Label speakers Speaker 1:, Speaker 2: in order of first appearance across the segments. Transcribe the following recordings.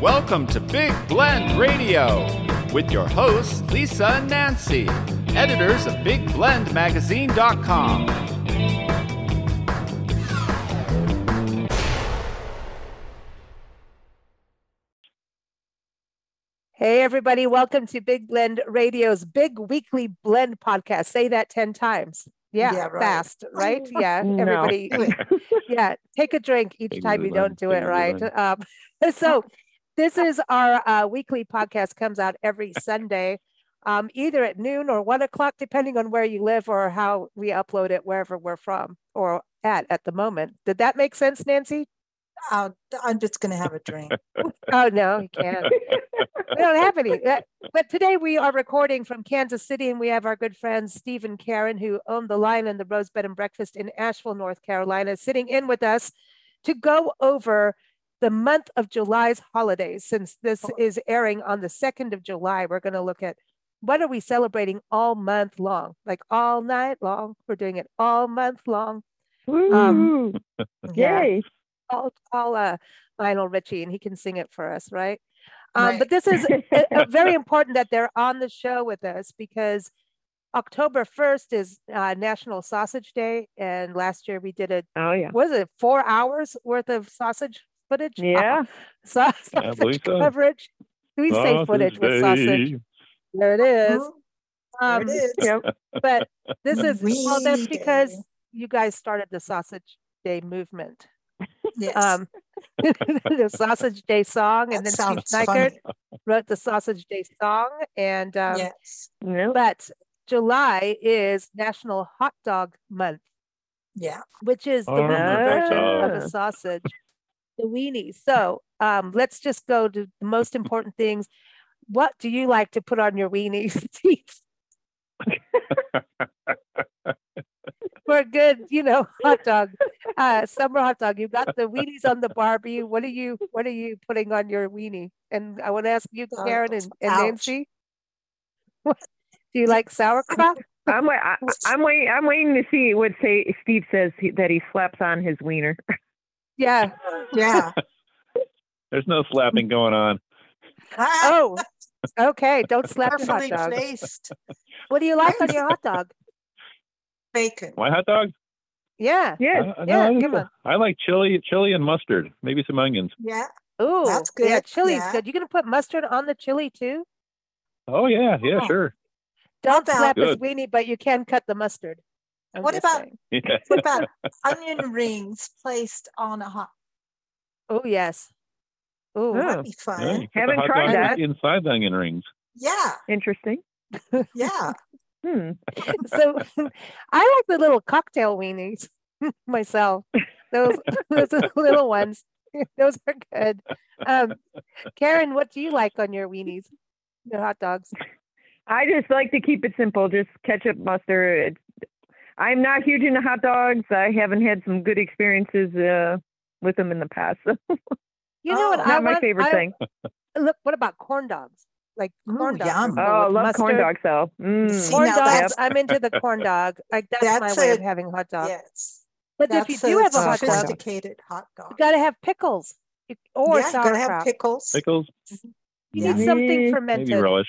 Speaker 1: Welcome to Big Blend Radio with your hosts, Lisa and Nancy, editors of BigBlendMagazine.com.
Speaker 2: Hey, everybody, welcome to Big Blend Radio's Big Weekly Blend podcast. Say that 10 times. Yeah,
Speaker 3: Yeah, right.
Speaker 2: fast, right? Yeah,
Speaker 4: No.
Speaker 2: everybody. yeah, take a drink each
Speaker 5: Big
Speaker 2: time you
Speaker 5: Blend,
Speaker 2: don't do it
Speaker 5: Big
Speaker 2: right. Um, so, this is our uh, weekly podcast, comes out every Sunday, um, either at noon or one o'clock, depending on where you live or how we upload it, wherever we're from or at at the moment. Did that make sense, Nancy?
Speaker 3: I'll, I'm just going to have a drink.
Speaker 2: Oh, no, you can't. we don't have any. Uh, But today we are recording from Kansas City and we have our good friends Steve and Karen, who own the Lion and the Rose Bed and Breakfast in Asheville, North Carolina, sitting in with us to go over the month of July's holidays. Since this is airing on the 2nd of July, we're going to look at what are we celebrating all month long, like all night long. We're doing it all month long.
Speaker 4: Mm-hmm. Um, Woo! Yay!
Speaker 2: Call, call uh, Lionel Richie and he can sing it for us, right? Um,
Speaker 3: Right.
Speaker 2: But this is it- uh, very important that they're on the show with us because October 1st is uh, National Sausage Day. And last year we did a,
Speaker 4: oh yeah.
Speaker 2: was it four hours worth of sausage footage? Uh,
Speaker 4: Yeah.
Speaker 2: sau-
Speaker 5: I
Speaker 2: sausage
Speaker 5: believe so.
Speaker 2: coverage. We say
Speaker 5: Sausage
Speaker 2: footage with sausage.
Speaker 5: Day.
Speaker 2: There it is.
Speaker 3: Mhm. There
Speaker 2: Um,
Speaker 3: it is.
Speaker 4: Yep.
Speaker 2: but this is, well, that's
Speaker 3: We did.
Speaker 2: because you guys started the Sausage Day movement.
Speaker 3: Yes.
Speaker 2: Um, the Sausage Day song, and then
Speaker 3: that
Speaker 2: Steve
Speaker 3: sounds
Speaker 2: Snyker
Speaker 3: funny.
Speaker 2: wrote the Sausage Day song, and um,
Speaker 3: yes.
Speaker 4: Yep.
Speaker 2: but July is National Hot Dog Month,
Speaker 3: Yeah.
Speaker 2: which is the
Speaker 5: Oh,
Speaker 2: weenie version of
Speaker 3: Oh.
Speaker 4: yeah.
Speaker 2: a sausage, the weenie. So um, let's just go to the most important things. What do you like to put on your weenie, Steve? For a good, you know, hot dog, uh, summer hot dog. You've got the weenies on the Barbie. What are you? What are you putting on your weenie? And I want to ask you,
Speaker 3: Uh,
Speaker 2: Karen and, and
Speaker 3: ouch.
Speaker 2: Nancy. What, do you like sauerkraut?
Speaker 4: I'm wait, I, I'm waiting. I'm waiting to see what say Steve says he, that he slaps on his wiener.
Speaker 2: Yeah.
Speaker 3: Yeah.
Speaker 5: There's no slapping going on.
Speaker 3: Ah,
Speaker 2: Oh, okay. Don't slap your hot
Speaker 3: Carefully
Speaker 2: dog.
Speaker 3: placed
Speaker 2: What do you like on your hot dog?
Speaker 3: bacon.
Speaker 5: My hot dog?
Speaker 2: Yeah.
Speaker 4: Yes.
Speaker 5: I- I-
Speaker 2: yeah,
Speaker 5: I,
Speaker 2: give 'em.
Speaker 5: I like chili, chili and mustard, maybe some onions.
Speaker 3: Yeah.
Speaker 2: Ooh, Yeah,
Speaker 3: good,
Speaker 2: chili's
Speaker 3: yeah.
Speaker 2: good. You gonna put mustard on the chili too?
Speaker 5: Oh yeah, yeah,
Speaker 3: Oh.
Speaker 5: sure.
Speaker 2: Don't
Speaker 3: about-
Speaker 2: slap his
Speaker 5: Good.
Speaker 2: weenie, but you can cut the mustard. I'm
Speaker 3: What
Speaker 2: just
Speaker 3: about-
Speaker 2: saying.
Speaker 5: Yeah.
Speaker 3: What about onion rings placed on a hot?
Speaker 2: Oh yes. Ooh.
Speaker 4: Huh.
Speaker 5: Oh,
Speaker 3: That'd be
Speaker 5: Yeah,
Speaker 3: fun.
Speaker 5: you put the
Speaker 4: Haven't
Speaker 5: hot
Speaker 4: tried
Speaker 5: dog
Speaker 4: that.
Speaker 5: inside the onion rings.
Speaker 3: Yeah.
Speaker 4: Interesting.
Speaker 3: Yeah.
Speaker 4: Hmm.
Speaker 2: So I like the little cocktail weenies myself. Those those are the little ones. Those are good. Um, Karen, what do you like on your weenies? Your hot dogs.
Speaker 4: I just like to keep it simple. Just ketchup, mustard. I'm not huge into hot dogs. I haven't had some good experiences uh, with them in the past. Not
Speaker 2: You know what
Speaker 3: Oh,
Speaker 2: I
Speaker 4: my
Speaker 2: want?
Speaker 4: favorite
Speaker 2: I-
Speaker 4: thing.
Speaker 2: Look, what about corn dogs? Like
Speaker 3: Ooh,
Speaker 2: corn dogs.
Speaker 3: yum.
Speaker 2: with
Speaker 4: Oh, I love corn
Speaker 2: mustard.
Speaker 4: dogs though. Mm.
Speaker 3: See,
Speaker 2: Corn
Speaker 3: now
Speaker 2: dogs.
Speaker 3: that's-
Speaker 2: I'm into the corn dog. Like that's,
Speaker 3: That's
Speaker 2: my way of
Speaker 3: a-
Speaker 2: having hot dog.
Speaker 3: Yes.
Speaker 2: but if you
Speaker 3: That's
Speaker 2: do have a hot dog, you
Speaker 4: sophisticated
Speaker 3: sophisticated hot dog.
Speaker 2: gotta have pickles You- or
Speaker 3: yeah, you gotta have
Speaker 2: sauerkraut.
Speaker 3: pickles.
Speaker 5: Pickles, Mm,
Speaker 2: you
Speaker 3: yeah. Oh,
Speaker 2: need something
Speaker 4: Maybe
Speaker 2: fermented.
Speaker 5: maybe relish.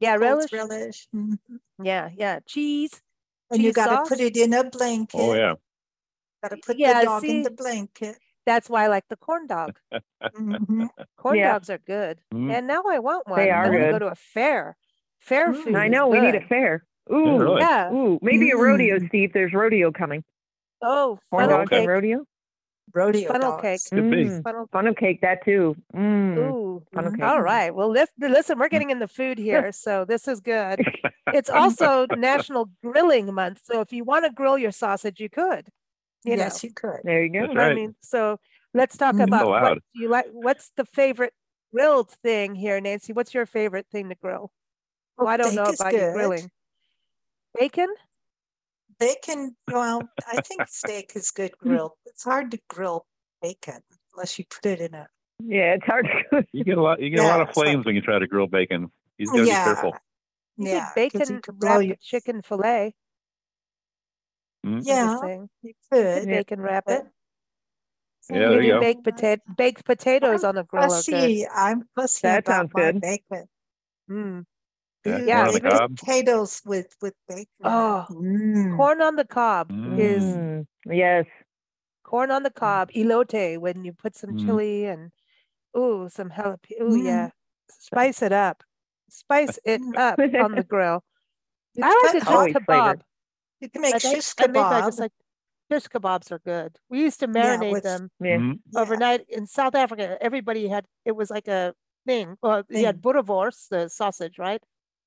Speaker 2: yeah, relish.
Speaker 3: Pickles, relish. mhm.
Speaker 2: Yeah, yeah, cheese.
Speaker 3: And you
Speaker 2: Cheese
Speaker 3: gotta
Speaker 2: sauce?
Speaker 3: put it in a blanket.
Speaker 5: Oh yeah.
Speaker 3: Gotta put
Speaker 2: Yeah,
Speaker 3: the dog
Speaker 2: see?
Speaker 3: in the blanket.
Speaker 2: That's why I like the corn dog.
Speaker 3: Mhm.
Speaker 2: Corn
Speaker 4: Yeah.
Speaker 2: dogs are good,
Speaker 5: Mm.
Speaker 2: and now I want one.
Speaker 4: They
Speaker 2: I
Speaker 4: are
Speaker 2: wanna Go
Speaker 4: good.
Speaker 2: to a fair. Fair
Speaker 3: Mm.
Speaker 2: food.
Speaker 4: I
Speaker 2: is
Speaker 4: know we need a
Speaker 2: good.
Speaker 4: fair. Ooh,
Speaker 5: really?
Speaker 2: Yeah.
Speaker 4: ooh, maybe a rodeo,
Speaker 3: Mm.
Speaker 4: Steve. There's rodeo coming.
Speaker 2: Oh,
Speaker 4: Corn
Speaker 2: funnel
Speaker 4: dogs
Speaker 5: Okay.
Speaker 4: and
Speaker 2: cake.
Speaker 4: rodeo.
Speaker 3: Rodeo
Speaker 2: Funnel
Speaker 3: dogs.
Speaker 2: cake.
Speaker 5: Could be.
Speaker 4: Mm.
Speaker 2: Funnel.
Speaker 4: Funnel cake, that too. Mm.
Speaker 2: Ooh.
Speaker 4: Funnel cake.
Speaker 2: Mm-hmm. All right. Well, let's, listen, we're getting in the food here, so this is good. It's also National Grilling Month, so if you want to grill your sausage, you could. You
Speaker 3: yes, you could.
Speaker 4: There you go.
Speaker 5: That's right. Mm-hmm. Oh,
Speaker 2: I mean, so let's talk
Speaker 3: Mm.
Speaker 2: about what
Speaker 5: Allowed.
Speaker 2: you like. What's the favorite grilled thing here, Nancy? What's your favorite thing to grill? Well, I don't know
Speaker 3: Bacon's
Speaker 2: about you
Speaker 3: good.
Speaker 2: grilling. Bacon?
Speaker 3: Bacon, well, I think steak is good grilled. It's hard to grill bacon unless you put it in a.
Speaker 4: Yeah, it's hard to
Speaker 5: You get a lot. You get a
Speaker 3: Yeah,
Speaker 5: lot of
Speaker 3: it's like-
Speaker 5: flames when you try to grill bacon. You just gotta
Speaker 3: yeah.
Speaker 5: be careful.
Speaker 2: You
Speaker 3: Yeah.
Speaker 2: could
Speaker 3: 'cause
Speaker 2: bacon
Speaker 3: you could
Speaker 2: wrap
Speaker 3: roll
Speaker 2: your
Speaker 3: your,
Speaker 2: chicken fillet.
Speaker 5: Mm.
Speaker 2: I'm just
Speaker 3: yeah,
Speaker 2: saying.
Speaker 3: you
Speaker 2: You could
Speaker 3: could.
Speaker 4: Yeah.
Speaker 2: Bacon wrap
Speaker 3: but
Speaker 2: it. So
Speaker 5: Yeah, there
Speaker 2: do
Speaker 5: you go.
Speaker 2: Baked, potato, baked potatoes on the grill are good.
Speaker 3: Fussy. I'm fussy
Speaker 4: That
Speaker 3: about
Speaker 4: sounds
Speaker 3: my
Speaker 4: good.
Speaker 3: bacon.
Speaker 2: Mm.
Speaker 5: Yeah,
Speaker 3: Ooh,
Speaker 2: corn
Speaker 5: on the
Speaker 3: baked
Speaker 5: cob.
Speaker 3: potatoes with with bacon.
Speaker 2: Oh,
Speaker 3: Mm.
Speaker 2: corn on the cob is
Speaker 4: Mm, yes.
Speaker 2: corn on the cob,
Speaker 3: Mm.
Speaker 2: elote, when you put some
Speaker 5: Mm.
Speaker 2: chili and ooh, some jalapeno. Ooh,
Speaker 3: Mm.
Speaker 2: yeah. Spice it up. Spice it
Speaker 3: Mm.
Speaker 2: up on the grill.
Speaker 3: You
Speaker 2: I like
Speaker 3: cut
Speaker 2: to
Speaker 3: off-
Speaker 2: cook
Speaker 4: Always flavored.
Speaker 2: kebab.
Speaker 3: You can make
Speaker 2: I think-
Speaker 3: shish
Speaker 2: I make I
Speaker 3: kebab.
Speaker 2: just like shish kebabs are good. We used to
Speaker 3: Yeah,
Speaker 2: marinate
Speaker 3: with-
Speaker 2: them
Speaker 4: Yeah.
Speaker 5: Mhm.
Speaker 3: Yeah.
Speaker 2: overnight in South Africa. Everybody had it was like a thing. Well, you had boerewors, the sausage, right?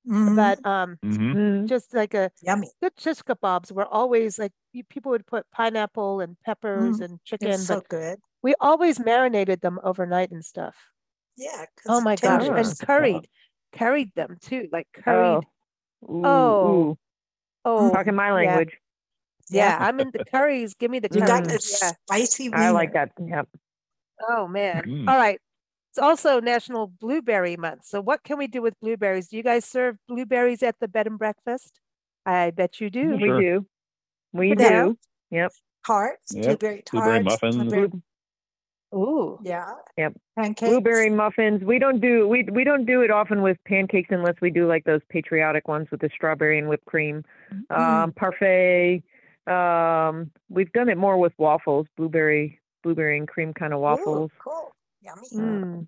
Speaker 3: Mhm.
Speaker 2: But um,
Speaker 5: Mhm.
Speaker 4: Mm.
Speaker 2: just like a
Speaker 3: yummy.
Speaker 2: good shish kebabs were always like you, people would put pineapple and peppers and
Speaker 3: They're
Speaker 2: chicken,
Speaker 3: so
Speaker 2: but
Speaker 3: good.
Speaker 2: we always marinated them overnight and stuff.
Speaker 3: Yeah. 'cause
Speaker 2: Oh
Speaker 3: it
Speaker 2: my gosh,
Speaker 3: tenders.
Speaker 2: and
Speaker 5: tenders.
Speaker 2: curried, curried them too, like curried.
Speaker 4: Oh. Ooh,
Speaker 2: Oh.
Speaker 4: ooh.
Speaker 2: Oh,
Speaker 3: Mm.
Speaker 4: Talking my language.
Speaker 2: yeah, I'm in the curries. Give me the
Speaker 3: You got the
Speaker 2: curries. Yeah.
Speaker 3: spicy wiener.
Speaker 4: I
Speaker 2: Mm-hmm.
Speaker 4: like that. Yep.
Speaker 2: Oh man.
Speaker 5: Mm.
Speaker 2: All right. It's also National Blueberry Month. So what can we do with blueberries? Do you guys serve blueberries at the bed and breakfast? I bet you do.
Speaker 5: Sure.
Speaker 4: We do. We
Speaker 2: Yeah.
Speaker 4: do.
Speaker 3: Tarts,
Speaker 5: Yep,
Speaker 3: blueberry tarts.
Speaker 5: blueberry muffins.
Speaker 3: blueberry-
Speaker 4: Blue-
Speaker 2: Ooh.
Speaker 3: yeah.
Speaker 4: Yep.
Speaker 3: Pancakes.
Speaker 4: blueberry muffins. We don't do we we don't do it often with pancakes unless we do like those patriotic ones with the strawberry and whipped cream.
Speaker 3: Mm,
Speaker 2: Mm. uh,
Speaker 4: Um, parfait. Um, we've done it more with waffles, blueberry blueberry and cream kind of
Speaker 3: Ooh,
Speaker 4: waffles.
Speaker 3: cool. Yummy.
Speaker 2: Mm.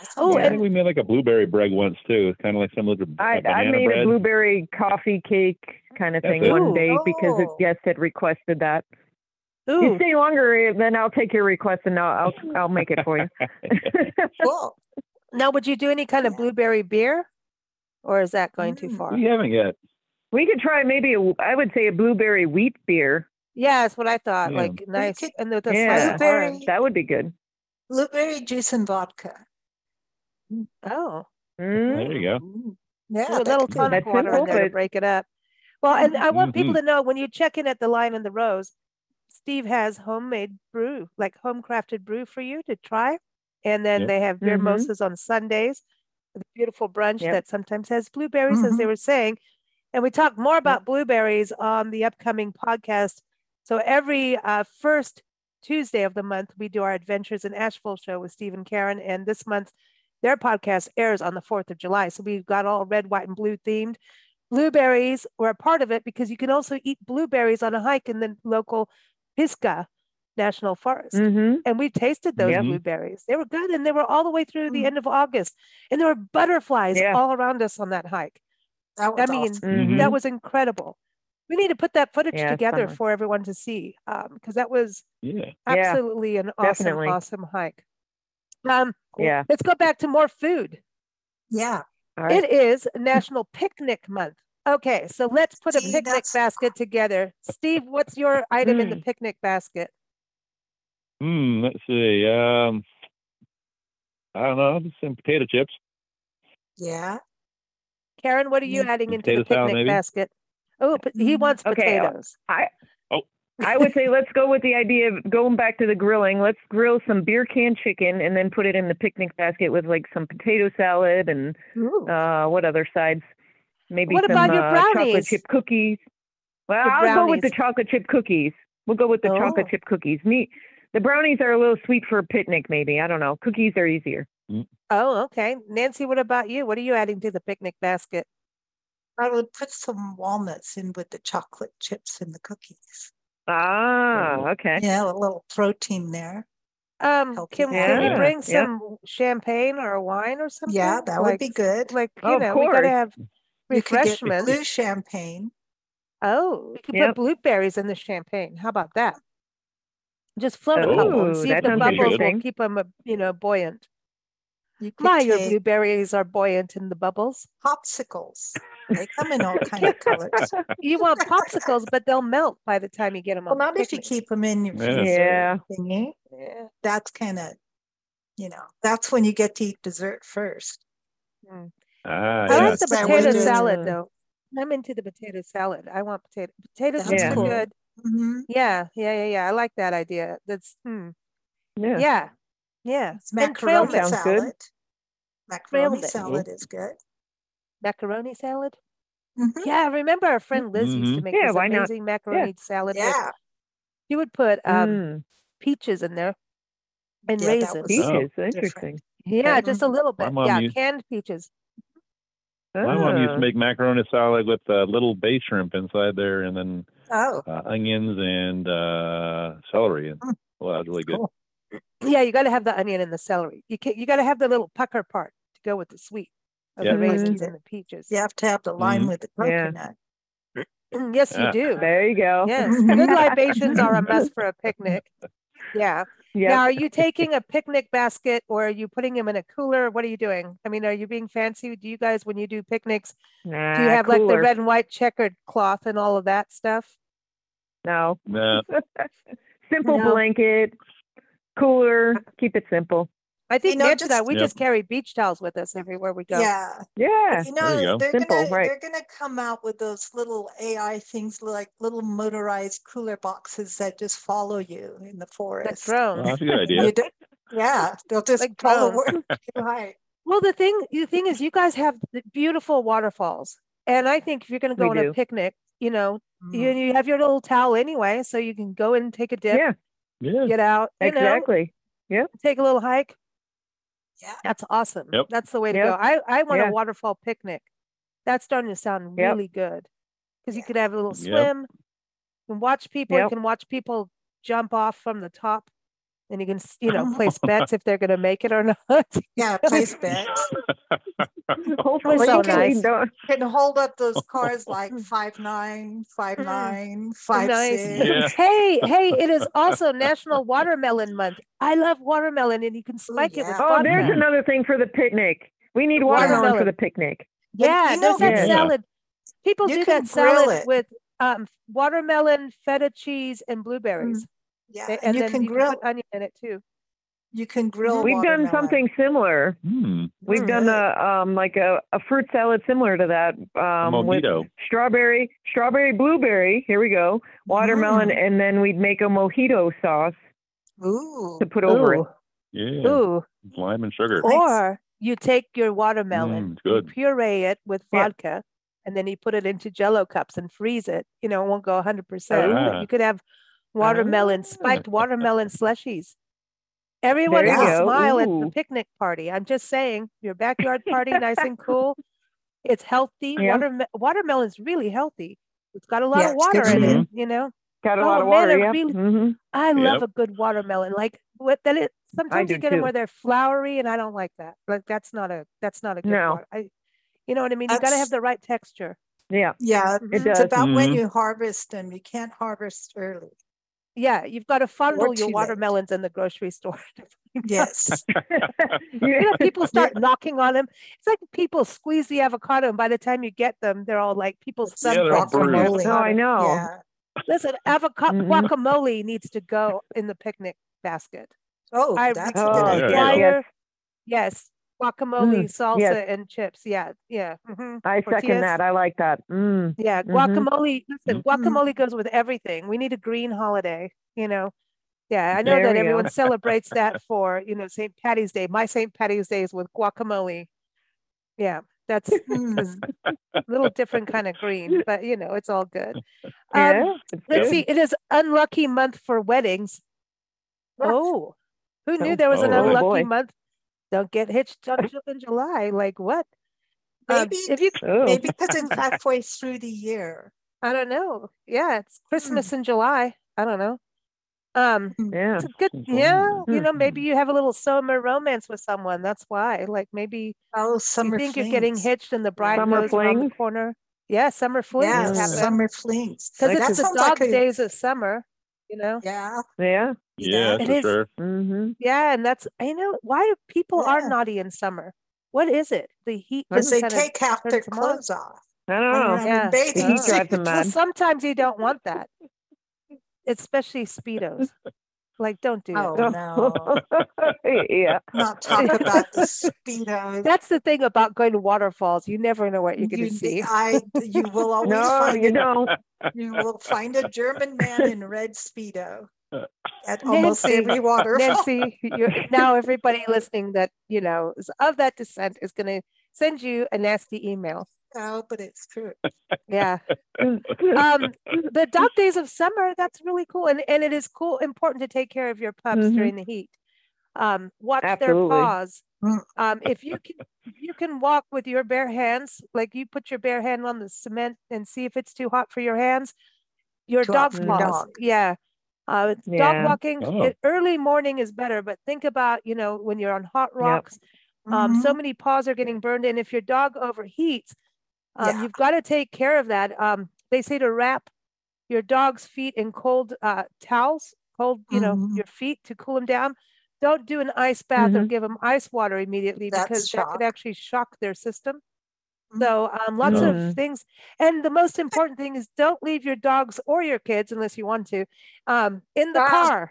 Speaker 3: That sounds
Speaker 2: Oh,
Speaker 5: Yeah, I
Speaker 3: good.
Speaker 5: think we made like a blueberry bread once too. It's kind of like some little
Speaker 4: I
Speaker 5: a
Speaker 4: I
Speaker 5: banana
Speaker 4: made
Speaker 5: bread.
Speaker 4: a blueberry coffee cake kind of
Speaker 5: That's
Speaker 4: thing
Speaker 5: it.
Speaker 4: one
Speaker 2: Ooh.
Speaker 4: day because a
Speaker 3: Oh.
Speaker 4: guest had requested that. You
Speaker 2: Ooh.
Speaker 4: stay longer, eh, then I'll take your request and I'll I'll, I'll make it for you.
Speaker 3: cool.
Speaker 2: Now would you do any kind of
Speaker 3: Yeah.
Speaker 2: blueberry beer? Or is that going too
Speaker 3: Mm.
Speaker 2: far?
Speaker 5: we haven't yet.
Speaker 4: we could try maybe a, I would say a blueberry wheat beer.
Speaker 2: Yeah, that's what I thought.
Speaker 5: Yeah.
Speaker 2: Like nice
Speaker 3: could-
Speaker 2: and with a
Speaker 4: Yeah.
Speaker 2: slice of orange.
Speaker 4: That would be good.
Speaker 3: Blueberry juice and vodka.
Speaker 2: Oh.
Speaker 4: Mm.
Speaker 5: There you go.
Speaker 3: Mm. Yeah.
Speaker 2: with a
Speaker 3: that
Speaker 2: little
Speaker 3: could be
Speaker 2: tonic
Speaker 4: That's
Speaker 2: water in
Speaker 4: simple,
Speaker 2: there to
Speaker 4: but-
Speaker 2: break it up. Well, and I want people to know when you check in at the Lion and the Rose, Steve has homemade brew, like home crafted brew for you to try. And then
Speaker 5: Yep.
Speaker 2: they have beer
Speaker 4: Mhm.
Speaker 2: mosas on Sundays, the beautiful brunch
Speaker 4: Yep.
Speaker 2: that sometimes has blueberries, as they were saying. And we talk more about blueberries on the upcoming podcast. So every uh, first Tuesday of the month, we do our Adventures in Asheville show with Steve and Karen. And this month, their podcast airs on the 4th of July. So we've got all red, white, and blue themed. Blueberries were a part of it because you can also eat blueberries on a hike in the local Pisgah National Forest.
Speaker 4: Mm-hmm.
Speaker 2: And we tasted those
Speaker 5: Yep. Mhm.
Speaker 2: blueberries. They were good and they were all the way through the
Speaker 3: Mm.
Speaker 2: end of August. And there were butterflies
Speaker 4: Yeah. Mm-hmm.
Speaker 2: all around us on that hike.
Speaker 3: That was
Speaker 2: I mean,
Speaker 3: awesome.
Speaker 5: Mm-hmm.
Speaker 2: that was incredible. We need to put that footage
Speaker 4: Yeah, it's
Speaker 2: together
Speaker 4: fun.
Speaker 2: for everyone to see because that was
Speaker 5: Yeah.
Speaker 4: Yeah,
Speaker 2: absolutely an awesome,
Speaker 4: definitely.
Speaker 2: awesome hike. Um,
Speaker 4: Yeah.
Speaker 2: let's go back to more food.
Speaker 3: Yeah.
Speaker 4: All right.
Speaker 2: It is National Picnic Month. Okay, so let's put a
Speaker 3: See,
Speaker 2: picnic
Speaker 3: that's-
Speaker 2: basket together. Steve, what's your item in the picnic basket?
Speaker 5: Hmm. Let's see. Um. I don't know. Just some potato chips.
Speaker 3: Yeah.
Speaker 2: Karen, what are you
Speaker 4: Hmm,
Speaker 3: Mm.
Speaker 2: adding into the
Speaker 5: Potato salad,
Speaker 2: picnic
Speaker 5: maybe?
Speaker 2: basket? Oh, but he
Speaker 3: Mm,
Speaker 2: wants
Speaker 4: okay, uh,
Speaker 2: potatoes.
Speaker 4: I would say let's go with the idea of going back to the grilling. Let's grill some beer can chicken and then put it in the picnic basket with like some potato salad and
Speaker 2: Ooh.
Speaker 4: uh, what other sides? Maybe
Speaker 2: What
Speaker 4: some
Speaker 2: about your
Speaker 4: uh, chocolate
Speaker 2: brownies?
Speaker 4: chip cookies. Well,
Speaker 2: The
Speaker 4: I'll go with the
Speaker 2: brownies.
Speaker 4: chocolate chip cookies. We'll go with the chocolate
Speaker 2: Oh.
Speaker 4: chip cookies. Me, the brownies are a little sweet for a picnic, maybe. I don't know. Cookies are easier.
Speaker 2: oh, okay. Nancy, what about you? What are you adding to the picnic basket?
Speaker 3: I would put some walnuts in with the chocolate chips and the cookies.
Speaker 2: Oh.
Speaker 4: Ah, okay.
Speaker 3: Yeah, a little protein there.
Speaker 2: Um,
Speaker 3: Healthy
Speaker 2: can, can we
Speaker 4: Yeah,
Speaker 2: bring
Speaker 4: yeah.
Speaker 2: some champagne or wine or something?
Speaker 3: Yeah, that would be
Speaker 2: Like-
Speaker 3: good.
Speaker 2: Like you
Speaker 4: Oh, of
Speaker 2: know, we gotta
Speaker 4: course.
Speaker 2: have
Speaker 3: You could get
Speaker 2: refreshments.
Speaker 3: blue champagne.
Speaker 2: Oh, we could put
Speaker 4: Yep.
Speaker 2: blueberries in the champagne. How about that? Just float a couple and
Speaker 4: Ooh,
Speaker 2: see if
Speaker 4: that
Speaker 2: the
Speaker 4: sounds
Speaker 2: bubbles will
Speaker 4: interesting.
Speaker 2: keep them, you know, buoyant.
Speaker 3: You could
Speaker 2: My, your
Speaker 3: take
Speaker 2: blueberries are buoyant in the bubbles.
Speaker 3: popsicles. They come in all kind of colors.
Speaker 2: You want popsicles, but they'll melt by the time you get them
Speaker 3: Well,
Speaker 2: on. the
Speaker 3: not if you
Speaker 2: picnic.
Speaker 3: keep them in your
Speaker 5: Yeah.
Speaker 3: freezer
Speaker 4: Yeah.
Speaker 3: thingy.
Speaker 2: Yeah.
Speaker 3: That's kind of, you know, that's when you get to eat dessert first.
Speaker 2: Mm.
Speaker 5: Ah. Yeah.
Speaker 2: I like the
Speaker 3: That's what
Speaker 2: potato
Speaker 3: it is.
Speaker 2: salad though. I'm into the potato salad. I want potato potatoes.
Speaker 3: That's
Speaker 2: are
Speaker 4: Yeah.
Speaker 3: cool.
Speaker 2: good.
Speaker 3: Mhm.
Speaker 2: Yeah, yeah, yeah, yeah. I like that idea. That's hmm.
Speaker 4: Yeah.
Speaker 2: yeah, yeah.
Speaker 3: It's
Speaker 2: And trail
Speaker 3: macaroni
Speaker 2: mix.
Speaker 4: sounds good.
Speaker 3: salad. Macaroni
Speaker 2: mix.
Speaker 3: salad is good.
Speaker 2: macaroni salad.
Speaker 3: Mhm.
Speaker 2: Yeah, remember our friend Liz used to make
Speaker 4: Mm-hmm. Yeah,
Speaker 2: this
Speaker 4: why not?
Speaker 2: amazing macaroni salad. with-
Speaker 3: Yeah.
Speaker 2: She would put um,
Speaker 4: Mm.
Speaker 2: peaches in there and
Speaker 3: Yeah, that
Speaker 2: raisins.
Speaker 3: was-
Speaker 5: Oh.
Speaker 4: Peaches, interesting.
Speaker 2: Yeah, just a little
Speaker 5: My
Speaker 2: bit.
Speaker 5: mom
Speaker 2: Yeah,
Speaker 5: used-
Speaker 2: canned peaches.
Speaker 5: My mom used
Speaker 4: Ah.
Speaker 5: to make macaroni salad with uh, little bay shrimp inside there, and then
Speaker 3: Oh,
Speaker 5: uh, onions and uh, celery. And
Speaker 3: Mm.
Speaker 5: well, that was really good.
Speaker 3: cool.
Speaker 2: Yeah, you got to have the onion and the celery. You can, you got to have the little pucker part to go with the sweet of
Speaker 5: Yeah.
Speaker 2: the raisins
Speaker 4: Mm-hmm.
Speaker 3: Mhm.
Speaker 2: and the peaches.
Speaker 3: You have to have the lime
Speaker 5: Mhm.
Speaker 3: with the
Speaker 4: Yeah.
Speaker 3: coconut.
Speaker 2: Mm, yes, you
Speaker 5: Yeah.
Speaker 2: do.
Speaker 4: Ah. There you go.
Speaker 2: Yes, good libations are a must for a picnic. Yeah. Now,
Speaker 4: Yeah.
Speaker 2: are you taking a picnic basket or are you putting them in a cooler? What are you doing? I mean, are you being fancy? Do you guys, when you do picnics,
Speaker 4: Nah,
Speaker 2: do you have like the
Speaker 4: Uh, cooler.
Speaker 2: red and white checkered cloth and all of that stuff?
Speaker 4: No.
Speaker 5: No,
Speaker 4: simple
Speaker 2: No.
Speaker 4: blanket, cooler. Keep it simple.
Speaker 2: I think
Speaker 3: know,
Speaker 2: Nancy and I,
Speaker 3: just-
Speaker 2: we
Speaker 5: Yep.
Speaker 2: just carry beach towels with us everywhere we go.
Speaker 3: Yeah.
Speaker 4: Yeah.
Speaker 3: You
Speaker 5: There you
Speaker 3: know,
Speaker 5: go.
Speaker 3: they're
Speaker 4: Simple,
Speaker 3: gonna
Speaker 4: right.
Speaker 3: they're gonna come out with those little AI things like little motorized cooler boxes that just follow you in the
Speaker 2: The
Speaker 3: forest.
Speaker 5: Well,
Speaker 2: drones.
Speaker 5: that's a good
Speaker 3: You
Speaker 5: idea.
Speaker 3: don't- yeah, they'll just
Speaker 2: Like
Speaker 3: follow
Speaker 2: drones.
Speaker 3: where you hide.
Speaker 2: Well, the thing the thing is, you guys have the beautiful waterfalls, and I think if you're going to
Speaker 4: We
Speaker 2: go on a
Speaker 4: do.
Speaker 2: picnic, you know,
Speaker 5: Mm-hmm.
Speaker 3: Mm-hmm.
Speaker 2: you, you have your little towel anyway, so you can go and take a dip,
Speaker 4: Yeah.
Speaker 5: Yeah.
Speaker 2: get out, you know,
Speaker 4: Exactly.
Speaker 2: take a little hike.
Speaker 3: Yeah.
Speaker 2: That's awesome.
Speaker 5: Yep.
Speaker 2: That's the way to
Speaker 4: Yep.
Speaker 2: go. I, I want
Speaker 4: Yeah.
Speaker 2: a waterfall picnic. That's starting to sound
Speaker 4: Yep.
Speaker 2: really good because you
Speaker 3: Yeah.
Speaker 2: could have a little
Speaker 5: Yep.
Speaker 2: swim and watch people. You
Speaker 4: Yep.
Speaker 2: can watch people jump off from the top and you can, s- you know, place bets if they're going to make it or not.
Speaker 3: Yeah, place bets.
Speaker 4: Hopefully,
Speaker 2: so
Speaker 4: hopefully
Speaker 2: nice.
Speaker 4: don't-
Speaker 3: You Can hold up those cars like five nine, five
Speaker 2: Mm.
Speaker 3: nine, five
Speaker 2: Nice.
Speaker 3: six.
Speaker 5: Yeah.
Speaker 2: hey, hey, it is also National Watermelon Month. I love watermelon and you can spike it with
Speaker 3: yeah.
Speaker 4: Oh,
Speaker 2: vodka.
Speaker 4: there's another thing for the picnic. We need watermelon for
Speaker 2: Watermelon.
Speaker 4: the picnic.
Speaker 3: And
Speaker 2: Yeah,
Speaker 3: you
Speaker 2: there's
Speaker 3: know-
Speaker 2: that
Speaker 5: Yeah.
Speaker 2: salad. People
Speaker 3: You
Speaker 2: do
Speaker 3: can
Speaker 2: that
Speaker 3: grill
Speaker 2: salad
Speaker 3: it.
Speaker 2: with um, watermelon, feta cheese, and blueberries.
Speaker 3: Yeah,
Speaker 2: They-
Speaker 3: and,
Speaker 2: and
Speaker 3: you
Speaker 2: then
Speaker 3: can
Speaker 2: you
Speaker 3: grill.
Speaker 2: can put onion in it too.
Speaker 3: you can grill.
Speaker 4: We've done
Speaker 3: watermelon.
Speaker 4: something similar.
Speaker 5: Hmm.
Speaker 4: We've
Speaker 2: Mm.
Speaker 4: done
Speaker 3: Alright.
Speaker 4: a um like a, a fruit salad similar to that um with
Speaker 5: Mojito.
Speaker 4: strawberry, strawberry, blueberry. Here we go, watermelon,
Speaker 2: Mm.
Speaker 4: and then we'd make a mojito sauce
Speaker 3: Ooh,
Speaker 4: to put over
Speaker 2: Ooh,
Speaker 4: it.
Speaker 5: Yeah.
Speaker 2: oooo.
Speaker 5: Lime and sugar.
Speaker 3: Nice.
Speaker 2: Or you take your watermelon,
Speaker 5: Mm, good.
Speaker 2: you puree it with
Speaker 4: Yeah.
Speaker 2: vodka, and then you put it into jello cups and freeze it. You know, it won't go 100%. But
Speaker 5: Ah.
Speaker 2: you could have watermelon, spiked watermelon slushies. Everyone
Speaker 4: There
Speaker 3: you
Speaker 2: will
Speaker 4: go.
Speaker 2: smile at the
Speaker 4: Ooh.
Speaker 2: picnic party. I'm just saying, your backyard party, nice and cool. It's healthy.
Speaker 4: Yeah.
Speaker 2: Waterme- watermelon's really healthy. It's got a lot
Speaker 3: Yeah,
Speaker 2: of
Speaker 3: it's good
Speaker 2: water
Speaker 5: for
Speaker 2: in
Speaker 5: you.
Speaker 2: it, you know?
Speaker 4: Got a
Speaker 2: Oh,
Speaker 4: lot of
Speaker 2: man,
Speaker 4: water.
Speaker 2: it
Speaker 4: yeah.
Speaker 2: really-
Speaker 4: hmm
Speaker 2: I love
Speaker 5: Yep.
Speaker 2: a good watermelon. Like what that is. Sometimes you
Speaker 4: do
Speaker 2: get them
Speaker 4: too.
Speaker 2: where they're flowery, and I don't like that. Like that's not a that's not a good.
Speaker 4: No.
Speaker 2: water- I, you know what I mean. You got to
Speaker 3: That's-
Speaker 2: have the right texture.
Speaker 4: Yeah.
Speaker 3: yeah,
Speaker 2: Mhm.
Speaker 3: it's
Speaker 4: does.
Speaker 3: about when
Speaker 5: Mhm.
Speaker 3: you harvest them. You can't harvest early.
Speaker 2: Yeah, you've got to fondle
Speaker 3: too
Speaker 2: your
Speaker 3: late.
Speaker 2: watermelons in the grocery store.
Speaker 3: Yes,
Speaker 2: you know, people start
Speaker 3: Yeah.
Speaker 2: knocking on them. It's like people squeeze the avocado, and by the time you get them, they're all like people's
Speaker 3: Yeah,
Speaker 2: thumb
Speaker 5: they're all
Speaker 2: pops on the
Speaker 5: bruised.
Speaker 4: no, Oh, I
Speaker 2: avocado.
Speaker 4: know.
Speaker 3: yeah.
Speaker 2: Listen, avocado
Speaker 4: Mhm.
Speaker 2: guacamole needs to go in the picnic basket.
Speaker 3: Oh,
Speaker 2: I
Speaker 3: that's
Speaker 4: Oh,
Speaker 3: a
Speaker 5: yeah,
Speaker 3: good
Speaker 5: yeah.
Speaker 3: idea.
Speaker 5: Why-
Speaker 2: require yes,
Speaker 4: Yes.
Speaker 2: guacamole, salsa,
Speaker 4: Mm, yes.
Speaker 2: and chips. Yeah, yeah, mhm,
Speaker 4: I
Speaker 2: tortillas. Um,
Speaker 4: second that. I like that. Mm.
Speaker 2: yeah.
Speaker 4: Mhm.
Speaker 2: Guacamole.
Speaker 5: Mhm.
Speaker 2: Listen,
Speaker 4: Mm-hmm.
Speaker 2: guacamole goes with everything. We need a green holiday. You know. Yeah, I know
Speaker 4: There
Speaker 2: that
Speaker 4: we go.
Speaker 2: everyone celebrates that for you know St. Patty's Day. My St. Patty's Day is with guacamole. Yeah, that's
Speaker 3: Mm.
Speaker 2: a little different kind of green, but you know it's all good. Um,
Speaker 4: yeah. it's
Speaker 2: Let's
Speaker 4: good.
Speaker 2: see. It is unlucky month for weddings. Oh, who knew
Speaker 4: Oh,
Speaker 2: there was an
Speaker 5: oh,
Speaker 2: unlucky
Speaker 4: boy.
Speaker 2: month? Don't get hitched on Ju- in July. Like what? Um,
Speaker 3: Maybe,
Speaker 2: if you,
Speaker 4: Oh.
Speaker 3: maybe because it's halfway through the year.
Speaker 2: I don't know. Yeah, it's Christmas
Speaker 3: Hmm.
Speaker 2: in July. I don't know. Um,
Speaker 4: Yeah.
Speaker 2: it's a good.
Speaker 5: Christmas in
Speaker 2: Yeah, you know,
Speaker 5: Mhm.
Speaker 2: maybe you have a little summer romance with someone. That's why. Like maybe
Speaker 3: Oh,
Speaker 2: you
Speaker 3: summer
Speaker 2: think you're getting
Speaker 3: flings.
Speaker 2: hitched and the bride
Speaker 4: Summer
Speaker 2: goes around the
Speaker 4: flings?
Speaker 2: corner. Yeah, summer flings
Speaker 3: Yeah,
Speaker 4: Mm.
Speaker 2: happen
Speaker 3: summer flings.
Speaker 2: because
Speaker 3: that
Speaker 2: it's the
Speaker 3: sounds
Speaker 2: dog
Speaker 3: like a,
Speaker 2: days of summer. You know.
Speaker 3: Yeah,
Speaker 4: Yeah.
Speaker 5: Yeah,
Speaker 2: It
Speaker 5: for
Speaker 2: is.
Speaker 5: sure.
Speaker 4: Mm-hmm.
Speaker 2: Yeah, and that's I know why do people
Speaker 3: Yeah.
Speaker 2: are naughty in summer? What is it? The heat
Speaker 3: because
Speaker 2: just
Speaker 3: they
Speaker 2: kind
Speaker 3: take half their
Speaker 2: turns 'em on.
Speaker 3: clothes off.
Speaker 4: I don't
Speaker 3: run
Speaker 4: know.
Speaker 3: around in
Speaker 2: Yeah. Oh.
Speaker 3: bathing
Speaker 4: He drives them
Speaker 3: suits.
Speaker 2: Well,
Speaker 4: mad.
Speaker 2: sometimes you don't want that, especially speedos. Like, don't do
Speaker 3: Oh
Speaker 2: it.
Speaker 3: no!
Speaker 4: yeah.
Speaker 3: Not talk about the speedo.
Speaker 2: That's the thing about going to waterfalls. You never know what you're going
Speaker 3: you,
Speaker 2: to see.
Speaker 3: I, you will
Speaker 4: Oh,
Speaker 3: always
Speaker 4: No,
Speaker 3: find
Speaker 4: you don't.
Speaker 3: you will find a German man in red speedo at almost
Speaker 2: Nancy,
Speaker 3: every waterfall.
Speaker 2: Nancy, you're, now everybody listening that you know is of that descent is going to send you a nasty email.
Speaker 3: Oh, but it's true.
Speaker 2: Yeah. um, the dog days of summer that's really cool and, and it is cool important to take care of your pups
Speaker 4: Mhm.
Speaker 2: during the heat um, watch
Speaker 4: Absolutely.
Speaker 2: their paws. Um, if you can, if you can walk with your bare hands, like you put your bare hand on the cement and see if it's too hot for your hands, your
Speaker 3: Too hot
Speaker 2: dog's
Speaker 3: for
Speaker 2: paws.
Speaker 3: your dog.
Speaker 2: Yeah. Uh, it's
Speaker 4: Yeah.
Speaker 2: Dog walking
Speaker 5: Oh.
Speaker 2: it- early morning is better, but think about you know when you're on hot rocks. Um,
Speaker 3: Mhm.
Speaker 2: So many paws are getting burned, and if your dog overheats, um,
Speaker 3: Yeah.
Speaker 2: you've got to take care of that. Um, they say to wrap your dog's feet in cold uh, towels, cold you know
Speaker 3: Mhm.
Speaker 2: your feet to cool them down. Don't do an ice bath or
Speaker 4: Mhm.
Speaker 2: give them ice water immediately
Speaker 3: Mm-hmm. That's
Speaker 2: because that could
Speaker 3: shock.
Speaker 2: actually shock their system.
Speaker 3: Mhm.
Speaker 2: So um, lots
Speaker 4: Mhm.
Speaker 2: of things, and the most important thing is don't leave your dogs or your kids, unless you want to, um, in the
Speaker 3: Ah.
Speaker 2: car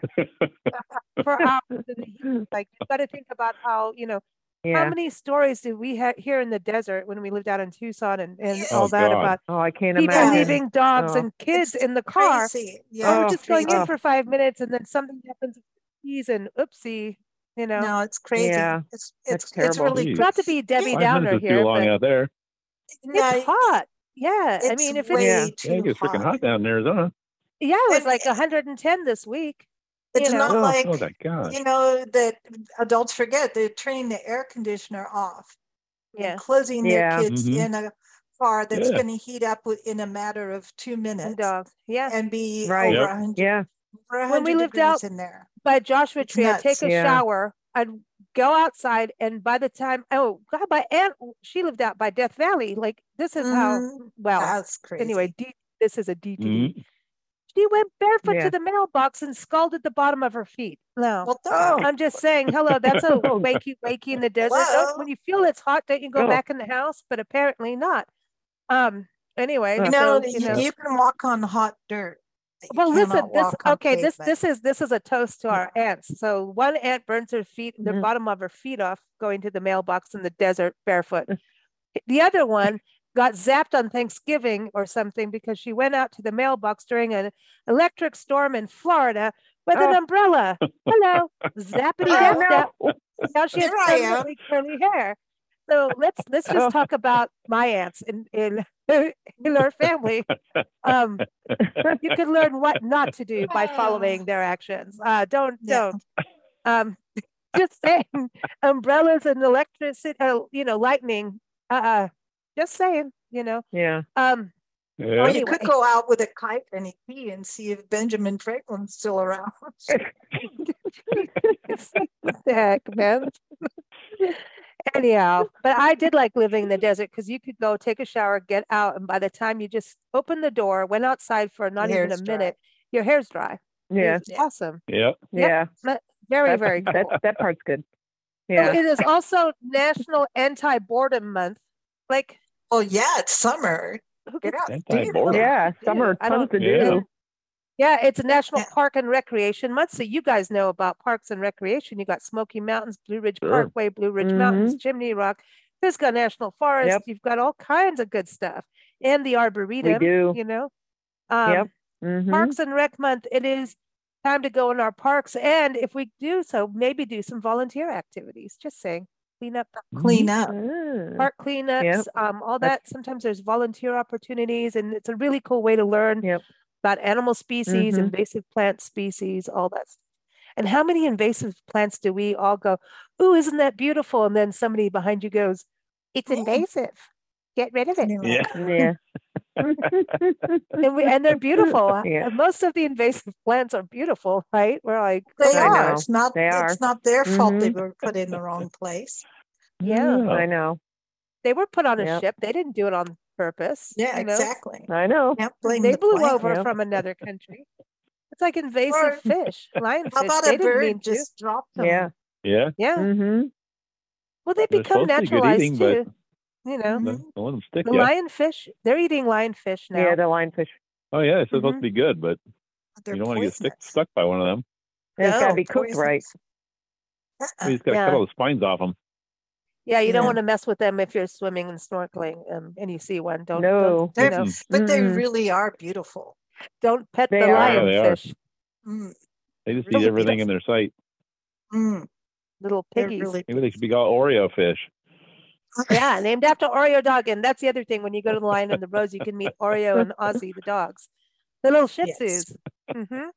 Speaker 2: for hours. in the heat. Like you've got to think about how you know how
Speaker 4: Yeah.
Speaker 2: many stories did we ha- hear in the desert when we lived out in Tucson and, and
Speaker 3: Yes.
Speaker 2: all
Speaker 5: Oh,
Speaker 2: that
Speaker 5: God.
Speaker 2: about
Speaker 4: Oh, I can't
Speaker 2: people
Speaker 4: imagine.
Speaker 2: leaving dogs
Speaker 4: Oh.
Speaker 2: and kids
Speaker 3: It's
Speaker 2: in the car?
Speaker 3: Crazy.
Speaker 2: Oh,
Speaker 3: Yeah.
Speaker 2: we're
Speaker 4: Oh,
Speaker 2: just going
Speaker 4: crazy.
Speaker 2: in for five minutes and then something happens with the keys and oopsie, you
Speaker 5: oh.
Speaker 2: know.
Speaker 3: No, it's crazy.
Speaker 4: Yeah,
Speaker 3: It's
Speaker 4: that's
Speaker 3: it's it's
Speaker 4: terrible.
Speaker 3: really
Speaker 5: Jeez.
Speaker 2: Not to be Debbie
Speaker 5: Five
Speaker 2: Downer
Speaker 5: minutes is
Speaker 2: here,
Speaker 5: too long
Speaker 2: but
Speaker 5: out there.
Speaker 3: no,
Speaker 2: it's hot. Yeah, I
Speaker 3: it's
Speaker 2: mean, if
Speaker 3: way
Speaker 2: it's
Speaker 4: Yeah.
Speaker 5: Yeah,
Speaker 3: too
Speaker 5: it gets freaking hot down in Arizona.
Speaker 2: yeah, it was
Speaker 3: And
Speaker 2: like
Speaker 3: it-
Speaker 2: 110 this week. you
Speaker 3: It's
Speaker 2: know.
Speaker 3: not
Speaker 5: oh,
Speaker 3: like
Speaker 5: oh my God.
Speaker 3: you know that adults forget they're turning the air conditioner off and
Speaker 2: Yeah,
Speaker 3: closing
Speaker 4: Yeah.
Speaker 3: their kids
Speaker 5: Mhm.
Speaker 3: in a car that's
Speaker 5: Yeah.
Speaker 3: going to heat up wi- in a matter of two minutes
Speaker 2: and dogs. Yeah,
Speaker 3: and be
Speaker 4: Right.
Speaker 5: Yep.
Speaker 3: over a 100,
Speaker 4: Yeah.
Speaker 3: over a
Speaker 2: When we
Speaker 3: 100
Speaker 2: lived
Speaker 3: degrees
Speaker 2: out-
Speaker 3: in there.
Speaker 2: by Joshua
Speaker 3: It's
Speaker 2: Tree, I'd take
Speaker 3: nuts.
Speaker 2: a
Speaker 4: Yeah.
Speaker 2: shower. I'd go outside, and by the time oh god, my aunt she lived out by Death Valley. Like this is how
Speaker 3: Mhm.
Speaker 2: well
Speaker 3: That's crazy.
Speaker 2: anyway. D, this is a DTD.
Speaker 5: Mm.
Speaker 2: She went barefoot
Speaker 4: Yeah.
Speaker 2: to the mailbox and scalded the bottom of her feet. No.
Speaker 3: Well,
Speaker 4: Oh.
Speaker 2: I'm just saying, hello, that's a
Speaker 4: Oh,
Speaker 2: wakey wakey in the desert. Don't, when you feel it's hot, don't you go
Speaker 4: Oh.
Speaker 2: back in the house? But apparently not. Um. Anyway,
Speaker 3: you
Speaker 4: Uh,
Speaker 3: know,
Speaker 2: so,
Speaker 3: you,
Speaker 2: you know.
Speaker 3: you can walk on hot dirt. but you
Speaker 2: Well, listen,
Speaker 3: cannot
Speaker 2: this
Speaker 3: walk on
Speaker 2: okay, this
Speaker 3: pavement.
Speaker 2: this is this is a toast to our ants. So one ant burns her feet, the
Speaker 3: Mm-hmm.
Speaker 4: Mhm.
Speaker 2: bottom of her feet off, going to the mailbox in the desert barefoot.
Speaker 3: Mm.
Speaker 2: The other one got zapped on Thanksgiving or something because she went out to the mailbox during an electric storm in Florida with an
Speaker 4: Oh.
Speaker 3: Ah.
Speaker 2: umbrella. Hello, zappity zap
Speaker 3: Oh,
Speaker 2: zap. Now she has
Speaker 3: Here I am.
Speaker 2: permanently curly hair. So let's let's
Speaker 4: Oh.
Speaker 2: just talk about my aunts in in, in our family. Um, you can learn what not to do by following their actions. Uh, don't
Speaker 3: Yeah.
Speaker 2: don't. Um, just saying, umbrellas and electricity, uh, you know, lightning. Uh, uh just saying, you know.
Speaker 4: Yeah.
Speaker 2: Um,
Speaker 5: Yeah.
Speaker 3: Or
Speaker 2: Right.
Speaker 3: you could
Speaker 2: Anyway.
Speaker 3: go out with a kite and a key and see if Benjamin Franklin's still around.
Speaker 2: it's like, what the heck, man. Anyhow, but I did like living in the desert because you could go take a shower, get out, and by the time you just opened the door, went outside for not
Speaker 3: Your
Speaker 2: even a
Speaker 3: hair's dry.
Speaker 2: minute, your hair's dry. It
Speaker 4: Yeah.
Speaker 2: was
Speaker 3: Yeah.
Speaker 2: awesome.
Speaker 5: Yeah.
Speaker 4: Yeah.
Speaker 2: Very,
Speaker 4: That-
Speaker 2: very
Speaker 4: That
Speaker 2: cool.
Speaker 4: that part's good.
Speaker 2: Oh,
Speaker 4: Yeah.
Speaker 2: It is also National Anti Boredom Month. Like,
Speaker 3: Well, yeah, it's summer.
Speaker 2: who
Speaker 3: Get
Speaker 2: gets
Speaker 3: out.
Speaker 5: Anti
Speaker 3: Dude,
Speaker 5: boredom.
Speaker 4: Yeah.
Speaker 2: do.
Speaker 4: Summer
Speaker 2: I
Speaker 4: tons to
Speaker 5: don't- Yeah.
Speaker 4: do.
Speaker 2: Yeah, it's a National
Speaker 3: Yeah.
Speaker 2: Park and Recreation Month. So you guys know about parks and recreation. You got Smoky Mountains, Blue Ridge
Speaker 5: Sure.
Speaker 2: Parkway, Blue Ridge Mountains,
Speaker 4: Mm-hmm.
Speaker 2: Chimney Rock, Pisgah National Forest. You've got all kinds of good stuff, and the
Speaker 4: We
Speaker 2: Arboretum.
Speaker 4: do.
Speaker 2: You know,
Speaker 4: Yep.
Speaker 2: Um,
Speaker 4: Mhm.
Speaker 2: Parks and Rec Month. It is time to go in our parks, and if we do so, maybe do some volunteer activities. Just saying, clean up
Speaker 5: Mm-hmm.
Speaker 3: Clean up.
Speaker 4: Mm.
Speaker 2: park cleanups, um, all
Speaker 4: That's-
Speaker 2: that. Sometimes there's volunteer opportunities, and it's a really cool way to learn
Speaker 4: Yep. Mm-hmm.
Speaker 2: about animal species, invasive plant species, all that. Stuff. And how many invasive plants do we all go, "Ooh, isn't that beautiful?" And then somebody behind you goes, "It's
Speaker 3: Yeah.
Speaker 2: invasive. Get rid of it."
Speaker 3: Anyway.
Speaker 5: Yeah.
Speaker 4: Yeah.
Speaker 2: And we and they're beautiful.
Speaker 4: Yeah.
Speaker 2: And Most of the invasive plants are beautiful, right? We're like,
Speaker 3: They
Speaker 2: "Oh,
Speaker 4: I
Speaker 3: are.
Speaker 4: know.
Speaker 3: It's not.
Speaker 4: They are.
Speaker 3: It's not their fault they
Speaker 4: Mhm.
Speaker 2: Mm-hmm.
Speaker 3: were put in the wrong place.
Speaker 2: Yeah.
Speaker 5: Oh.
Speaker 4: I know.
Speaker 2: They were put on a
Speaker 4: Mm-hmm. Yep.
Speaker 2: ship. They didn't do it on purpose.
Speaker 3: Yeah,
Speaker 2: you know?
Speaker 3: exactly.
Speaker 4: I know.
Speaker 3: Can't blame
Speaker 2: they
Speaker 3: the
Speaker 2: blew
Speaker 3: plant.
Speaker 2: over
Speaker 4: Yeah.
Speaker 2: from another country. It's like invasive fish, lionfish.
Speaker 3: How about
Speaker 2: they
Speaker 3: a
Speaker 2: didn't mean
Speaker 3: bird
Speaker 2: to.
Speaker 3: just dropped them?
Speaker 4: Yeah.
Speaker 5: Yeah.
Speaker 2: Yeah.
Speaker 4: Mhm.
Speaker 2: Well, they
Speaker 5: They're supposed
Speaker 2: become
Speaker 5: to be good
Speaker 2: naturalized
Speaker 5: eating, but-
Speaker 2: too. You know,
Speaker 5: Don't
Speaker 3: Mhm.
Speaker 5: let them stick
Speaker 2: Mm-hmm. the
Speaker 5: ya.
Speaker 2: lionfish. They're eating lionfish now.
Speaker 4: Yeah, the lionfish.
Speaker 5: Oh yeah, it's supposed to be good, but
Speaker 3: They're
Speaker 5: you don't want to get stick,
Speaker 3: poisonous.
Speaker 5: stuck by one of them.
Speaker 4: It's got
Speaker 2: No,
Speaker 4: to be cooked right.
Speaker 3: Poisonous.
Speaker 5: You just got to
Speaker 2: Yeah.
Speaker 5: cut all the spines off them.
Speaker 2: yeah, you don't
Speaker 3: Yeah.
Speaker 2: want to mess with them if you're swimming and snorkeling, um, and you see one. Don't don't,
Speaker 4: No.
Speaker 2: you
Speaker 3: They're-
Speaker 2: know,
Speaker 3: But they
Speaker 4: Mm.
Speaker 3: really are beautiful.
Speaker 2: don't pet
Speaker 4: They
Speaker 2: the
Speaker 4: are.
Speaker 5: Yeah, they are.
Speaker 2: lionfish,
Speaker 3: Mm,
Speaker 5: They just
Speaker 2: Really
Speaker 5: eat everything in their sight.
Speaker 3: mm,
Speaker 2: little
Speaker 3: they're
Speaker 2: piggies.
Speaker 3: really
Speaker 5: Maybe they should be called Oreo fish.
Speaker 2: Yeah, named after Oreo dog, and that's the other thing. When you go to the Lion and the Rose, you can meet Oreo and Ozzy the dogs, the little Shih Tzus.
Speaker 3: Yes.
Speaker 2: hmm
Speaker 5: Yeah.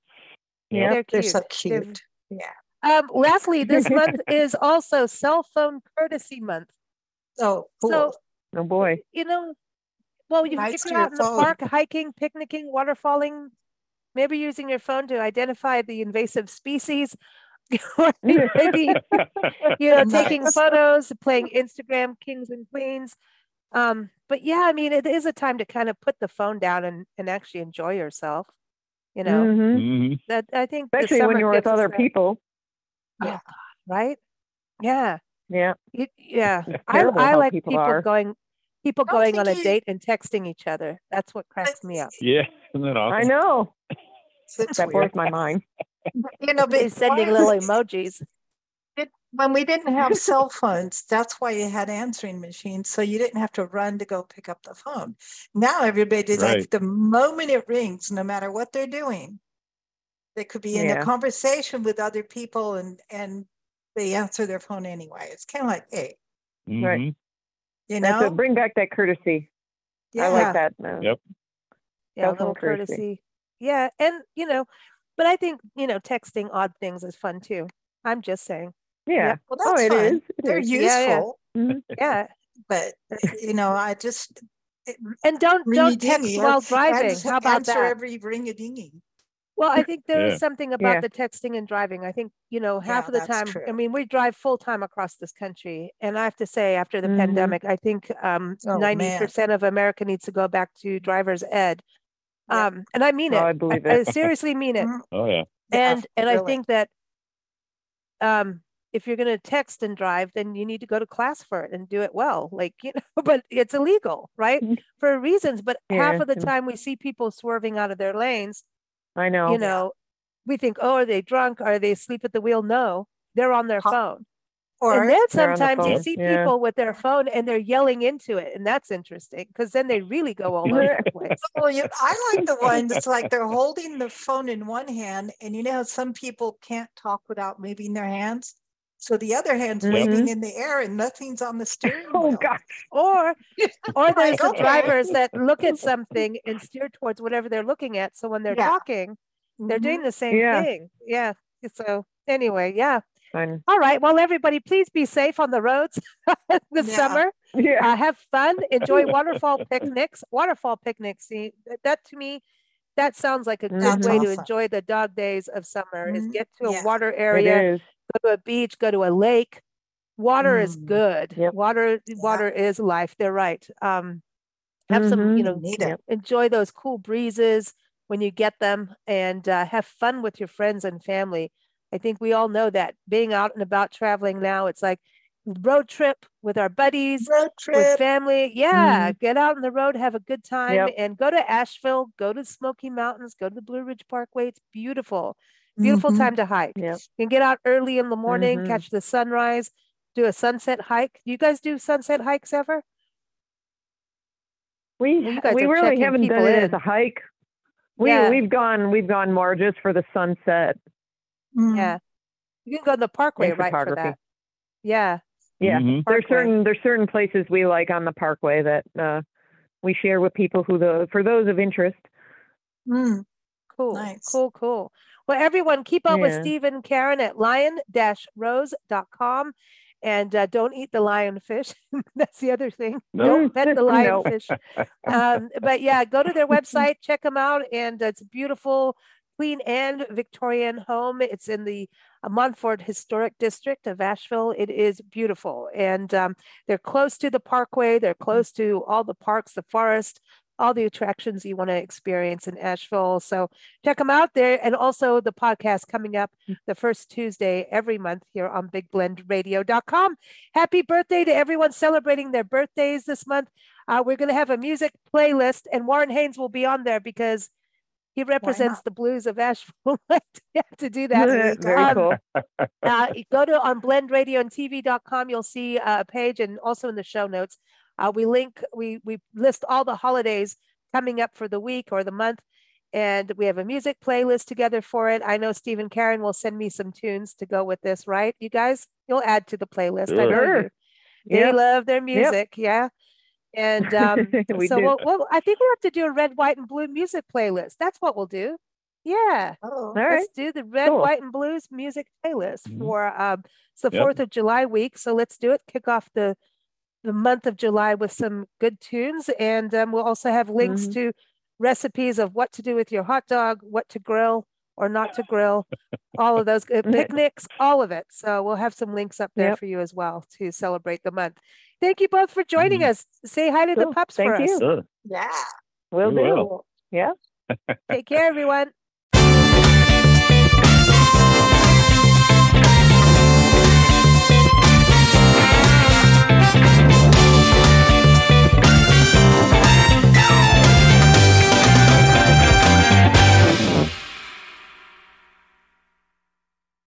Speaker 2: They're
Speaker 3: They're
Speaker 2: cute.
Speaker 3: so
Speaker 2: They're
Speaker 3: cute. Yeah.
Speaker 2: Um, lastly, this month is also cell phone courtesy month.
Speaker 3: Oh, cool.
Speaker 2: So,
Speaker 4: Oh boy.
Speaker 2: you know, well, you,
Speaker 3: Nice
Speaker 2: if
Speaker 3: to
Speaker 2: you're out in
Speaker 3: your
Speaker 2: the
Speaker 3: phone.
Speaker 2: park hiking, picnicking, waterfalling, maybe using your phone to identify the invasive species, or maybe you know, taking
Speaker 3: Nice.
Speaker 2: photos, playing Instagram kings and queens. Um, but yeah, I mean, it is a time to kind of put the phone down and, and actually enjoy yourself. You know,
Speaker 4: Mhm.
Speaker 5: Mhm.
Speaker 2: that I think the
Speaker 4: Especially when
Speaker 2: summer
Speaker 4: you're with
Speaker 2: gives us
Speaker 4: other
Speaker 2: that,
Speaker 4: people.
Speaker 2: right? Yeah,
Speaker 4: Yeah.
Speaker 2: You- yeah.
Speaker 5: It's
Speaker 2: I,
Speaker 4: terrible
Speaker 2: I
Speaker 4: how
Speaker 2: like
Speaker 4: people
Speaker 2: people,
Speaker 4: are.
Speaker 2: going, people
Speaker 3: don't
Speaker 2: going on a
Speaker 3: think you-
Speaker 2: date and texting each other. That's what cracks me up.
Speaker 5: Yeah, isn't that
Speaker 4: I
Speaker 5: awesome?
Speaker 4: know.
Speaker 3: It's
Speaker 4: That blows
Speaker 3: weird.
Speaker 4: my mind.
Speaker 3: You know,
Speaker 2: They're
Speaker 3: but
Speaker 2: sending
Speaker 3: why-
Speaker 2: little emojis.
Speaker 3: when we didn't have cell phones, that's why you had answering machines. So you didn't have to run to go pick up the phone. Now everybody does
Speaker 5: Right.
Speaker 3: like the moment it rings, no matter what they're doing. They could be in
Speaker 4: Yeah.
Speaker 3: a conversation with other people and and they answer their phone anyway. It's kind of like, hey,
Speaker 4: Right.
Speaker 5: Mhm.
Speaker 3: you
Speaker 4: That's
Speaker 3: know,
Speaker 4: a, bring back that courtesy. I like that. uh,
Speaker 5: Yep.
Speaker 2: Yeah, a
Speaker 4: Cell phone
Speaker 2: little
Speaker 4: courtesy.
Speaker 2: courtesy. Yeah, and you know, but I think you know, texting odd things is fun too. I'm just saying.
Speaker 4: Yeah.
Speaker 3: Well,
Speaker 4: Oh,
Speaker 3: that's
Speaker 4: it
Speaker 3: fine.
Speaker 4: is. It
Speaker 3: They're
Speaker 4: is.
Speaker 2: Yeah, yeah.
Speaker 3: useful,
Speaker 2: Yeah,
Speaker 3: but you know, I just it,
Speaker 2: and don't don't text
Speaker 3: Ringy-dingy,
Speaker 2: while
Speaker 3: ans-
Speaker 2: driving. How about
Speaker 3: answer
Speaker 2: that?
Speaker 3: every ring a dingy.
Speaker 2: Well, I think there
Speaker 5: Yeah.
Speaker 2: is something about
Speaker 4: Yeah.
Speaker 2: the texting and driving. I think, you know, half
Speaker 3: Yeah,
Speaker 2: of the
Speaker 3: that's
Speaker 2: time, I
Speaker 3: true.
Speaker 2: mean, we drive full time across this country. And I have to say, after the
Speaker 4: Mhm.
Speaker 2: pandemic, I think um,
Speaker 3: Mm-hmm. Oh, man.
Speaker 2: 90% of America needs to go back to driver's ed.
Speaker 3: Yeah.
Speaker 2: Um, and I mean
Speaker 4: Oh,
Speaker 2: it.
Speaker 4: I believe
Speaker 2: I
Speaker 4: it.
Speaker 2: seriously mean it.
Speaker 3: Mhm.
Speaker 5: Oh yeah.
Speaker 3: Yeah,
Speaker 2: and and I
Speaker 3: really.
Speaker 2: think that um if you're going to text and drive then you need to go to class for it and do it well like you know but it's illegal right
Speaker 3: Mm-hmm.
Speaker 4: Mhm.
Speaker 2: for reasons but
Speaker 4: Yeah,
Speaker 2: half of the
Speaker 4: and-
Speaker 2: time we see people swerving out of their lanes
Speaker 4: I know.
Speaker 2: you know we think oh are they drunk are they asleep at the wheel no they're on their
Speaker 3: Huh.
Speaker 2: phone
Speaker 3: or
Speaker 2: and then
Speaker 4: They're on the
Speaker 2: sometimes you
Speaker 4: phone,
Speaker 2: see
Speaker 4: yeah.
Speaker 2: people with their phone and they're yelling into it and that's interesting because then they really go all over the place
Speaker 3: Well, you, I like the one that's like they're holding the phone in one hand, and you know how some people can't talk without moving their hands. So the other hand's
Speaker 4: Yep.
Speaker 2: Mm-hmm.
Speaker 3: waving in the air, and nothing's on the steering
Speaker 4: Oh
Speaker 3: wheel.
Speaker 4: gosh.
Speaker 2: or or there's the
Speaker 3: okay.
Speaker 2: drivers that look at something and steer towards whatever they're looking at so when they're
Speaker 3: Yeah.
Speaker 2: talking they're
Speaker 3: Mhm.
Speaker 2: doing the same
Speaker 4: Mm-hmm. Yeah.
Speaker 2: thing yeah so anyway yeah
Speaker 4: Fun.
Speaker 2: all right well everybody please be safe on the roads this
Speaker 3: Yeah.
Speaker 2: summer
Speaker 4: Yeah.
Speaker 2: uh, have fun enjoy waterfall picnics waterfall picnics see that, that to me that sounds like a good
Speaker 4: That's
Speaker 2: way to
Speaker 3: awesome.
Speaker 2: enjoy the dog days of summer is
Speaker 3: Mhm.
Speaker 2: get to a
Speaker 3: Yeah.
Speaker 2: water
Speaker 4: It
Speaker 2: area
Speaker 4: is.
Speaker 2: go to a beach, go to a lake. Water is
Speaker 3: Mm,
Speaker 2: good.
Speaker 4: yep.
Speaker 2: Water water is life. They're right. Um, have some, you
Speaker 4: Mhm.
Speaker 2: know,
Speaker 3: Mm-hmm. Need it.
Speaker 4: Yep.
Speaker 2: enjoy those cool breezes when you get them, and uh, have fun with your friends and family. I think we all know that being out and about traveling now, it's like road trip with our buddies,
Speaker 3: Road
Speaker 2: with
Speaker 3: trip.
Speaker 2: family. Yeah, get out on the road, have a good time,
Speaker 4: Mm-hmm. Yep.
Speaker 2: and go to Asheville, go to Smoky Mountains, go to the Blue Ridge Parkway. It's beautiful, beautiful
Speaker 4: Mm-hmm.
Speaker 3: Mhm.
Speaker 2: time to hike.
Speaker 4: Yep.
Speaker 2: You can get out early in the morning,
Speaker 4: Mhm.
Speaker 2: catch the sunrise, do a sunset hike. You guys do sunset hikes ever?
Speaker 4: We
Speaker 2: Well, you
Speaker 4: ha-
Speaker 2: guys
Speaker 4: we
Speaker 2: are
Speaker 4: really
Speaker 2: checking
Speaker 4: haven't done
Speaker 2: people
Speaker 4: it as
Speaker 2: in.
Speaker 4: a hike. We
Speaker 2: Yeah.
Speaker 4: we've gone we've gone more just for the sunset.
Speaker 3: Mm.
Speaker 2: Yeah. You can go on the parkway
Speaker 4: And
Speaker 2: right for
Speaker 4: photography.
Speaker 2: that. Yeah.
Speaker 4: Yeah.
Speaker 5: Mhm.
Speaker 4: There's
Speaker 2: Parkway.
Speaker 4: certain there's certain places we like on the parkway that uh, we share with people who the for those of interest.
Speaker 3: Mm.
Speaker 2: Cool.
Speaker 3: Nice.
Speaker 2: Cool. Cool. Well, everyone, keep up with
Speaker 4: Yeah.
Speaker 2: Steve and Karen at lion-rose.com. And uh, don't eat the lionfish. That's the other thing.
Speaker 5: No.
Speaker 2: Don't pet the
Speaker 4: No.
Speaker 2: lionfish. um, but yeah, go to their website, check them out, and it's a beautiful, clean and Victorian home. It's in the uh, Montfort Historic District of Asheville. It is beautiful, and um, they're close to the Parkway. They're close to all the parks, the forest. All the attractions you want to experience in Asheville. So check them out there. And also the podcast coming up the first Tuesday every month here on bigblendradio.com. Happy birthday to everyone celebrating their birthdays this month. Uh, we're going to have a music playlist, and Warren Haynes will be on there because he represents
Speaker 3: not?
Speaker 2: the blues of Asheville. I have to do that.
Speaker 3: we
Speaker 4: Very
Speaker 2: um,
Speaker 4: cool.
Speaker 2: Uh, you go to on blendradioandtv.com. You'll see uh, a page, and also in the show notes, uh, we link we we list all the holidays coming up for the week or the month, and we have a music playlist together for it. I know Steve and Karen will send me some tunes to go with this, right? You guys, you'll add to the playlist. I know
Speaker 4: Sure.
Speaker 2: you. They
Speaker 4: Yeah.
Speaker 2: love their music, yeah. And um,
Speaker 4: We
Speaker 2: so
Speaker 4: do.
Speaker 2: we'll, we'll, I think we'll have to do a red, white, and blue music playlist. That's what we'll do. Yeah.
Speaker 3: Oh,
Speaker 4: All right.
Speaker 2: Let's do the red,
Speaker 4: Cool. Mm-hmm.
Speaker 2: white, and blues music playlist
Speaker 5: Mhm.
Speaker 2: for um, it's the
Speaker 5: Yep.
Speaker 2: Fourth of July week. So let's do it. Kick off the the month of July with some good tunes, and um, we'll also have links
Speaker 4: Mhm.
Speaker 2: to recipes of what to do with your hot dog, what to grill or not to grill, all of those uh, picnics, all of it. So we'll have some links up there
Speaker 4: Yep.
Speaker 2: for you as well to celebrate the month. Thank you both for joining
Speaker 5: Mhm.
Speaker 2: us. Say hi to the
Speaker 4: Mm-hmm. Cool.
Speaker 2: pups
Speaker 4: Thank
Speaker 2: for us.
Speaker 4: you.
Speaker 5: Sure.
Speaker 3: yeah.
Speaker 4: Will
Speaker 5: You will.
Speaker 4: do.
Speaker 3: Cool.
Speaker 2: Take care, everyone.